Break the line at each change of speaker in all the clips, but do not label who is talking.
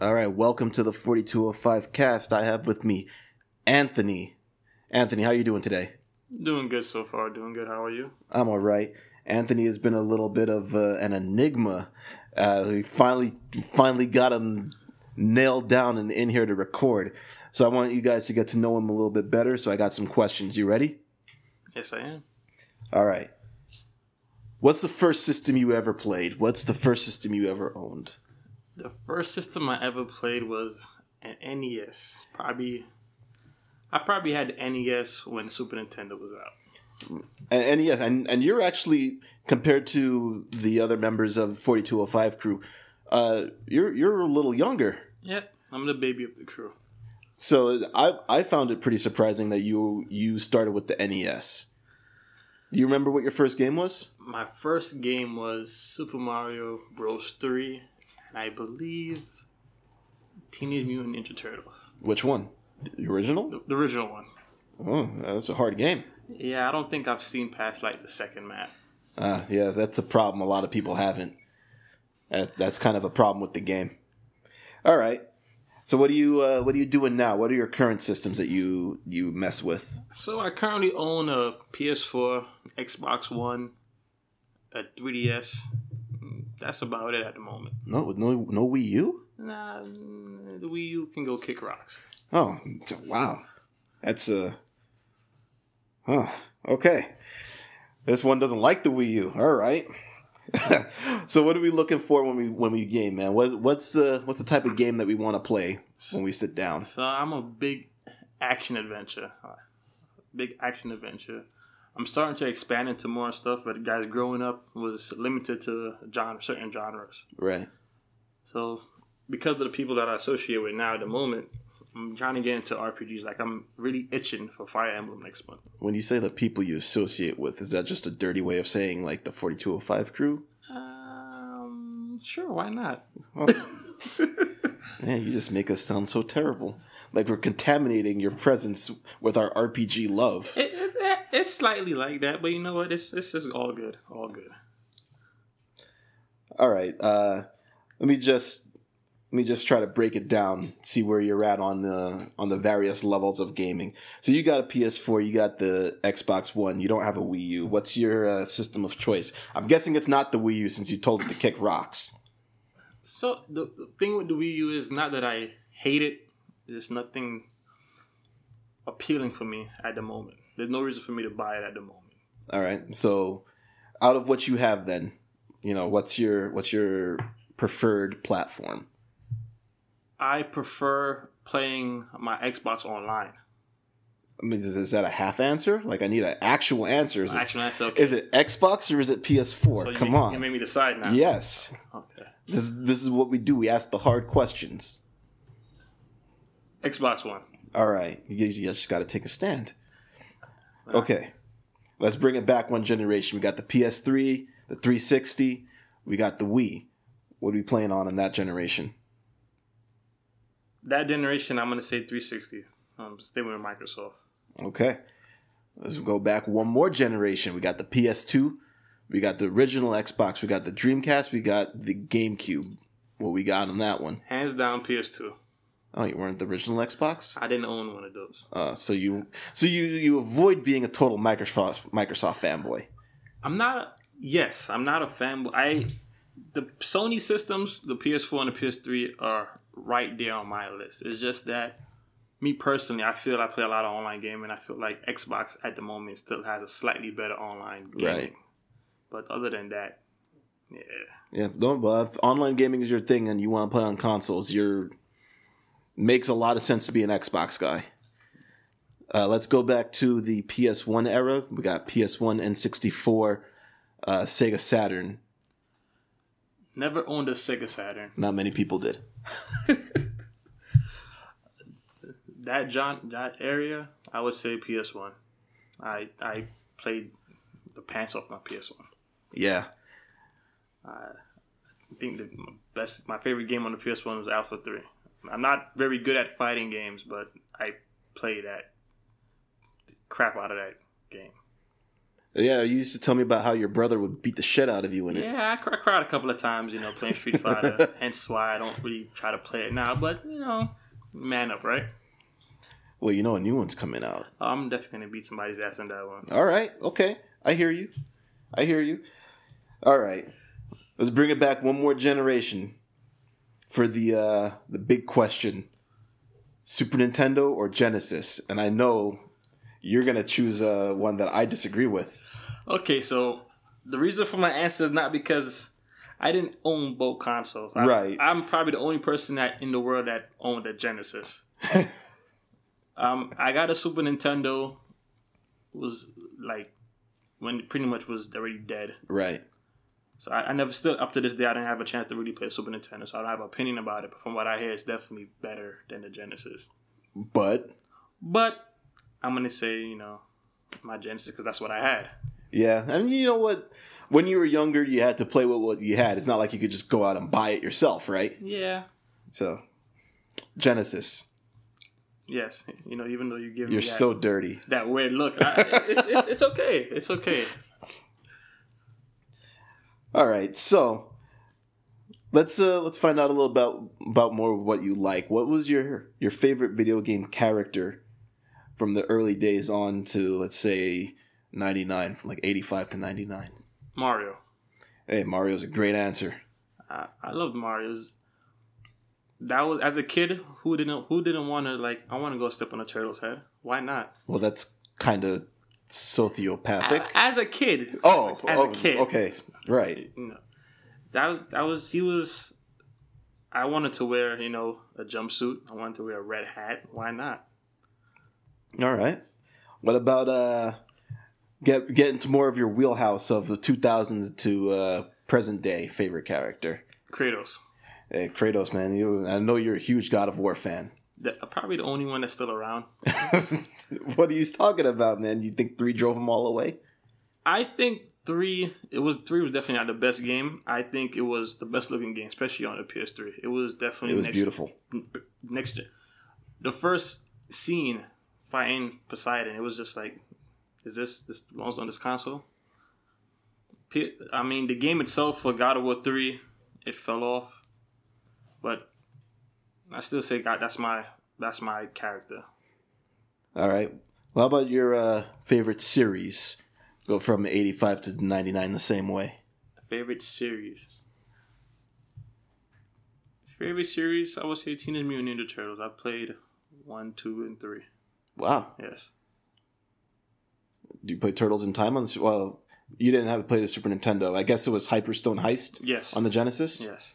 All right, welcome to the 4205 cast. I have with me Anthony. Anthony, how you doing today?
Doing good so far. Doing good. How are you?
I'm all right. Anthony has been a little bit of uh, an enigma. Uh, we finally finally got him nailed down and in here to record. So I want you guys to get to know him a little bit better. So I got some questions. You ready?
Yes, I am.
All right. What's the first system you ever played? What's the first system you ever owned?
The first system I ever played was an NES. Probably, I probably had NES when Super Nintendo was out.
And, and yes, and, and you're actually compared to the other members of 4205 crew, uh, you're you're a little younger.
Yep, I'm the baby of the crew.
So I I found it pretty surprising that you you started with the NES. Do you remember what your first game was?
My first game was Super Mario Bros. 3, and I believe Teenage Mutant Ninja Turtles,
Which one? The original?
the, the original one.
Oh, that's a hard game.
Yeah, I don't think I've seen past like the second map.
Ah, yeah, that's a problem. A lot of people haven't. That, that's kind of a problem with the game. All right. So what do you uh, what are you doing now? What are your current systems that you you mess with?
So I currently own a PS4, Xbox One, a 3DS. That's about it at the moment.
No, with no no Wii U.
Nah, mm, the Wii U can go kick rocks.
Oh, it's a- wow. That's a. Huh. Okay. This one doesn't like the Wii U. All right. so what are we looking for when we when we game, man? What what's the what's the type of game that we want to play when we sit down?
So I'm a big action adventure. Uh, Big action adventure. I'm starting to expand into more stuff, but guys, growing up was limited to genre, certain genres.
Right.
So because of the people that I associate with now at the moment, I'm trying to get into RPGs. Like I'm really itching for Fire Emblem next month.
When you say the people you associate with, is that just a dirty way of saying like the 4205 crew?
Um, sure, why not?
Oh. Man, you just make us sound so terrible. Like we're contaminating your presence with our RPG love.
It, it, it- it's slightly like that, but you know what? It's it's just all good, all good.
All right. Uh, let me just let me just try to break it down. See where you're at on the on the various levels of gaming. So you got a PS4, you got the Xbox One. You don't have a Wii U. What's your uh, system of choice? I'm guessing it's not the Wii U since you told it to kick rocks.
So the, the thing with the Wii U is not that I hate it. There's nothing appealing for me at the moment. There's no reason for me to buy it at the moment.
All right. So out of what you have, then you know what's your what's your preferred platform?
I prefer playing my Xbox online.
I mean, is, is that a half answer? Like I need an actual answer. Is it,
Actually, that's okay.
is it Xbox or is it PS4?
So you
Come
make- You
on.
made me decide now.
Yes.
Okay.
This this is what we do. We ask the hard questions.
Xbox One.
All right, you guys, you guys just got to take a stand. Okay, let's bring it back one generation. We got the PS3, the 360, we got the Wii. What are we playing on in that generation?
That generation, I'm gonna say 360. Um, stay with Microsoft.
Okay, let's go back one more generation. We got the PS2, we got the original Xbox, we got the Dreamcast, we got the GameCube. What we got on that one?
Hands down, PS2.
Oh, you weren't the original Xbox.
I didn't own one of those.
Uh, so you so you you avoid being a total Microsoft Microsoft fanboy.
I'm not. A, yes, I'm not a fan. I the Sony systems, the PS4 and the PS3 are right there on my list. It's just that me personally, I feel I play a lot of online gaming. and I feel like Xbox at the moment still has a slightly better online gaming.
Right.
But other than that, yeah,
Yeah, don't. But if online gaming is your thing, and you want to play on consoles, you're makes a lot of sense to be an Xbox guy. Uh, let's go back to the PS1 era. We got PS1 and 64, uh, Sega Saturn.
never owned a Sega Saturn.
Not many people did.
that John that area, I would say PS One. I I played the pants off my PS One.
Yeah,
I think the my best, my favorite game on the PS One was Alpha Three. I'm not very good at fighting games, but I play that crap out of that game.
Yeah, you used to tell me about how your brother would beat the shit out of you in it.
Yeah, I, cr- I cried a couple of times, you know, playing Street Fighter. Hence why I don't really try to play it now. But you know, man up, right?
Well, you know a new one's coming out.
I'm definitely gonna beat somebody's ass in that one.
All right, okay, I hear you. I hear you. All right, let's bring it back one more generation for the uh, the big question: Super Nintendo or Genesis? And I know you're gonna choose uh, one that I disagree with.
Okay, so the reason for my answer is not because I didn't own both consoles. I,
Right.
I'm probably the only person that in the world that owned a Genesis. um, I got a Super Nintendo. Was like when it pretty much was already dead.
Right.
So I, I never still up to this day I didn't have a chance to really play Super Nintendo. So I don't have an opinion about it. But from what I hear, it's definitely better than the Genesis.
But
But I'm gonna say you know my Genesis because that's what I had.
yeah, I mean, you know what? When you were younger, you had to play with what you had. It's not like you could just go out and buy it yourself, right?
Yeah.
So, Genesis,
Yes. You know, even though you give
you're
me that,
so dirty.
that weird look, I, it's, it's it's okay. It's okay.
All right, so let's uh let's find out a little about about more of what you like. What was your your favorite video game character from the early days on to let's say 99 from like 85 to 99?
Mario.
Hey, Mario's a great answer.
I, I loved Mario's. That was as a kid who didn't who didn't want to like I want to go step on a turtle's head. Why not?
Well, that's kind of sociopathic.
A- as a kid.
oh,
as a
oh,
kid.
okay. Right.
No. That was that was he was I wanted to wear, you know, a jumpsuit. I wanted to wear a red hat. Why not?
All right. What about uh get get into more of your wheelhouse of the 2000s to uh present day favorite character?
Kratos.
Hey, Kratos, man, you, I know you're a huge God of War fan.
The, probably the only one that's still around.
what are you talking about, man? You think three drove them all away?
I think three. It was three was definitely not the best game. I think it was the best looking game, especially on the PS3. It was definitely
It was
next,
beautiful.
Next, the first scene fighting Poseidon. It was just like, is this this belongs on this console? P- I mean, the game itself for God of War three, it fell off, but I still say God. That's my that's my character.
All right. Well, how about your uh, favorite series? Go from 85 to 99 the same way.
Favorite series. Favorite series, I would say Teenage Mutant Ninja Turtles. I played one, two, and three.
Wow.
Yes.
Do you play Turtles in Time on the. Su- Well, you didn't have to play the Super Nintendo. I guess it was Hyperstone Heist
Yes.
on the Genesis?
yes.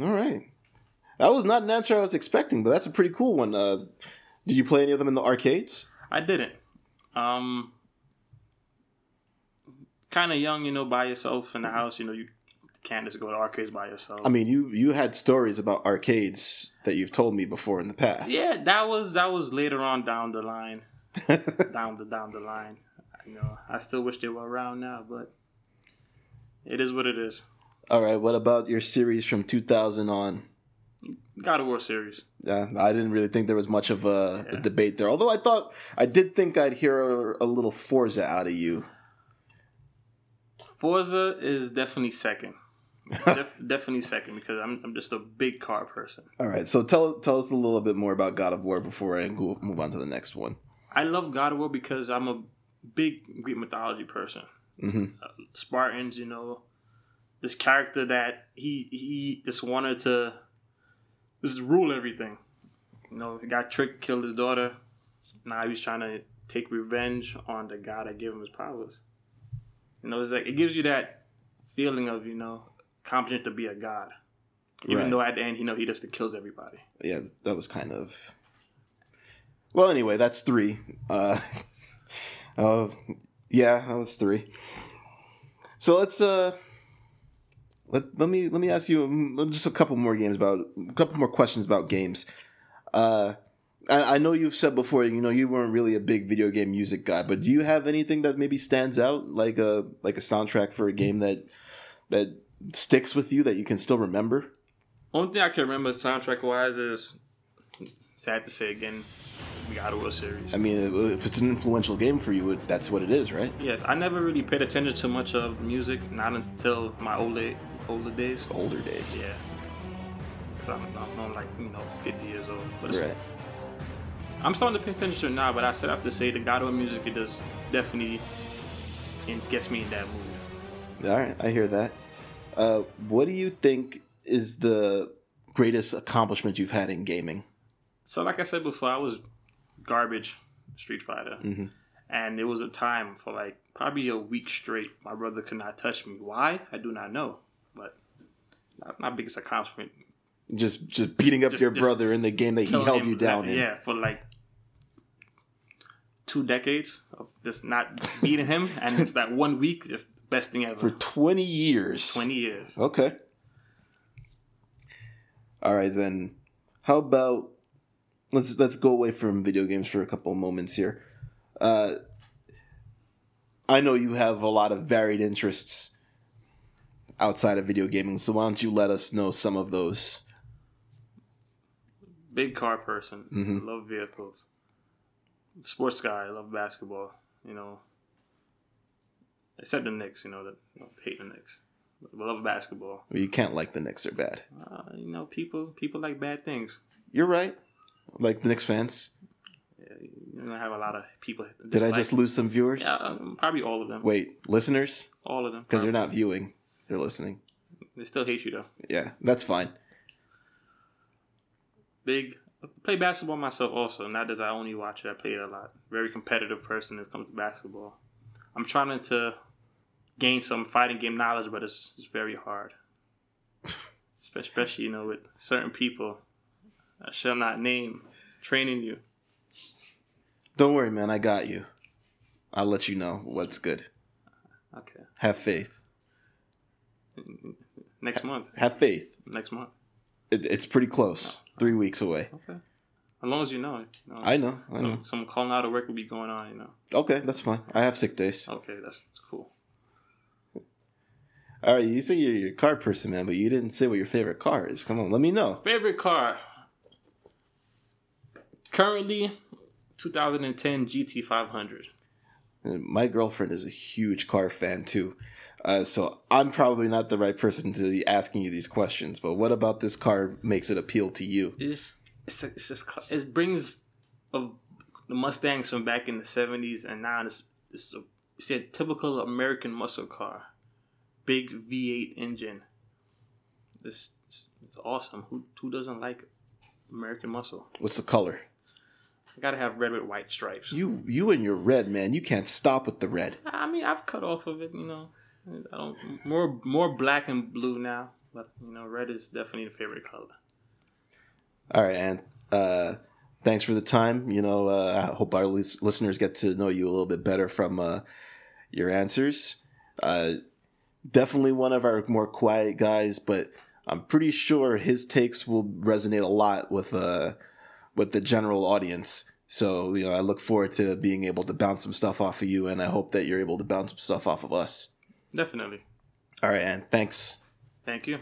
All right. That was not an answer I was expecting, but that's a pretty cool one. Uh, did you play any of them in the arcades?
I didn't. Um kinda young, you know, by yourself in the house, you know, you can't just go to arcades by yourself.
Mm-hmm. I mean, you you had stories about arcades that you've told me before in the past.
yeah, that was that was later on down the line. down the down the line. You know, I still wish they were around now, but it is what it is.
All right. What about your series from 2000 on?
God of War series.
Uh, I didn't really think there was much of a, a debate there. Although I thought I did think I'd hear a, a little Forza out of you.
Forza is definitely second. Def- definitely second because I'm, I'm just a big car person.
All right. So tell tell us a little bit more about God of War before I go, move on to the next one.
I love God of War because I'm a big Greek mythology person.
hmm
Spartans, you know, this character that he he just wanted to just rule everything. You know, he got tricked, killed his daughter. Now he's trying to take revenge on the god that gave him his powers. You know, it's like it gives you that feeling of you know competent to be a god, even
Right.
though at the end you know he just kills everybody.
Yeah, that was kind of. Well, anyway, that's three. Uh, uh, yeah, that was three. So let's uh, let let me let me ask you um, just a couple more games about a couple more questions about games. Uh, I, I know you've said before, you know, you weren't really a big video game music guy, but do you have anything that maybe stands out, like a like a soundtrack for a game that that sticks with you that you can still remember?
Only thing I can remember soundtrack wise is sad to say again, we got a World Series.
I mean, if it's an influential game for you, it, that's what it is, right?
Yes, I never really paid attention to much of music, not until my older older days.
Older days.
Yeah, because I'm, I'm, I'm like you know 50 years old. But it's,
Right.
I'm starting to pay attention now, but I still have to say the God of music it does definitely it gets me in that mood.
All right, I hear that. Uh, what do you think is the greatest accomplishment you've had in gaming?
So, like I said before, I was garbage Street Fighter, and it was a time for like probably a week straight. My brother could not touch me. Why? I do not know, but not my biggest accomplishment.
Just just beating up
Just-
your
just
brother in the game that he
Killing
held
him,
you down
like,
in.
yeah, for like two decades of just not beating him, and it's that one week is the best thing ever.
For 20 years.
Twenty years.
Okay. All right then. How about let's let's go away from video games for a couple of moments here. Uh, I know you have a lot of varied interests outside of video gaming, so why don't you let us know some of those?
big car person.
Mm-hmm.
Love vehicles. Sports guy. Love basketball. You know, except the Knicks. You know that you know, hate the Knicks. But love basketball.
You can't like the Knicks are bad.
Uh, you know, people people like bad things.
You're right. Like the Knicks fans.
You know, I have a lot of people.
Did I
dislike-
just lose some viewers?
Yeah, um, probably all of them.
Wait, listeners?
all of them.
Because
Probably.
they're not viewing. They're listening.
They still hate you though.
Yeah, that's fine.
Big. Play basketball myself also. Not that I only watch it, I play it a lot. Very competitive person when it comes to basketball. I'm trying to gain some fighting game knowledge, but it's, it's very hard. Espe- Especially, you know, with certain people I shall not name training you.
Don't worry, man. I got you. I'll let you know what's good.
Okay.
Have faith.
Next month.
Have faith.
Next month.
It, it's pretty close. Three weeks away.
Okay. As long as you know it. You know,
I know. I know.
some, some calling out of work will be going on, you know.
Okay, that's fine. I have sick days.
Okay, that's cool.
All right, you say you're, you're a car person, man, but you didn't say what your favorite car is. Come on, let me know.
Favorite car? Currently, 2010 GT500.
And Uh, My girlfriend is a huge car fan too, uh, so I'm probably not the right person to be asking you these questions. But what about this car makes it appeal to you?
It's, it's, it's just, cl- it brings a, the Mustangs from back in the 70s and now it's, it's, a, it's a typical American muscle car. Big V8 engine. This is awesome. Who, who doesn't like American muscle?
What's the color?
I gotta have red with white stripes.
You you and your red, man. You can't stop with the red.
I mean, I've cut off of it, you know. I don't more more black and blue now, but you know, red is definitely the favorite color.
All right, and uh, thanks for the time. You know, uh, I hope our lis- listeners get to know you a little bit better from uh, your answers. Uh, definitely one of our more quiet guys, but I'm pretty sure his takes will resonate a lot with uh, with the general audience. So you know, I look forward to being able to bounce some stuff off of you, and I hope that you're able to bounce some stuff off of us.
Definitely.
All right, and thanks.
Thank you.